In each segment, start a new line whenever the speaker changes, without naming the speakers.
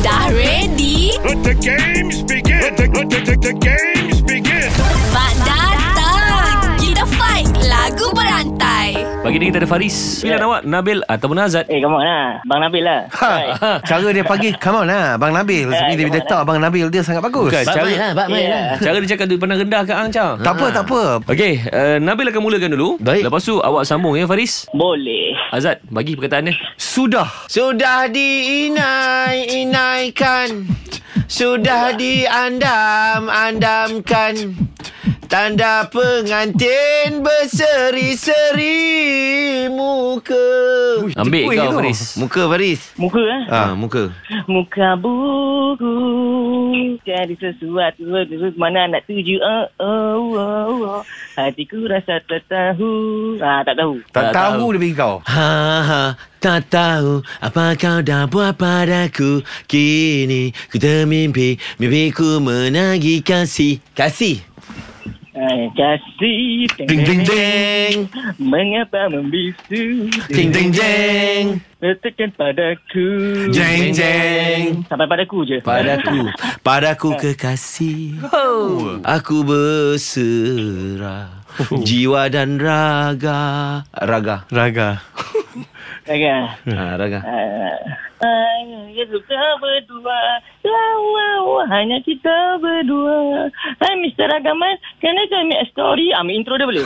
Dah ready?
Let the games begin. Let the, let the, the, the games begin.
Mak datang! Kita fight lagu berantai.
Pagi ni kita ada Faris Pilihan awak Nabil ataupun Azad
Eh, come on lah. Bang Nabil lah. Right.
ha.
Cara dia panggil Come on lah Abang Nabil Sebab ni
Eh,
dia
come on
letak Abang Nabil dia sangat bagus
Bukan.
Bukan.
Baik
Cara-
main lah, baik main
Yeah.
lah.
Cara dia cakap tu pandang rendah kat Angca
Tak apa tak apa
Okey uh, Nabil akan mulakan dulu
Baik.
Lepas tu awak sambung ya Faris
Boleh.
Azad bagi perkataan dia
Sudah
Sudah diinai-inaikan Sudah diandam-andamkan Tanda pengantin berseri-seri muka
Ambil
Cikgu
kau
tu.
Faris
Muka Faris
Muka lah.
Ah, muka
Muka buku Cari sesuatu aduh, Mana nak tuju oh, oh, oh, oh. Hatiku rasa tak tahu ah, Tak tahu
Tak
Tak tahu.
tahu dia bagi kau
Ha ha tak tahu apa kau dah buat padaku Kini ku termimpi Mimpiku menagih kasih Kasih
ah, Kasih
Ding ding ding
Mengapa membisu
Ding ding ding
Letakkan padaku
Jeng jeng
Sampai padaku je
Padaku Padaku kekasih Aku berserah Jiwa dan raga Raga
Raga
Agak
ha, Raga
Eh, Hanya kita berdua Wow, wow, hanya kita berdua Hai Mr. Agaman Can I tell me a story Ah, Ambil intro dia boleh?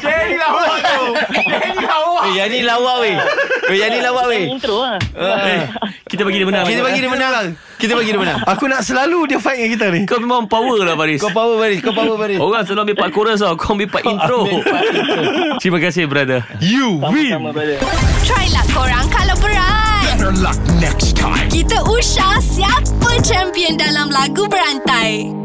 Jadi lawak tu Jadi lawak
Eh yang ni lawak weh Eh yang ni lawak weh
Ambil intro lah
Kita bagi dia menang
Kita bagi dia menang Kita bagi dia menang
Aku nak selalu dia fight dengan kita ni Oh,
Kau memang power lah Faris
Kau power Faris Kau power Faris
Orang selalu ambil part chorus tau Kau ambil part intro Terima kasih brother
You win
Sama brother
Try lah korang kalau berat.
Better luck next time.
Kita usah siapa champion dalam lagu berantai.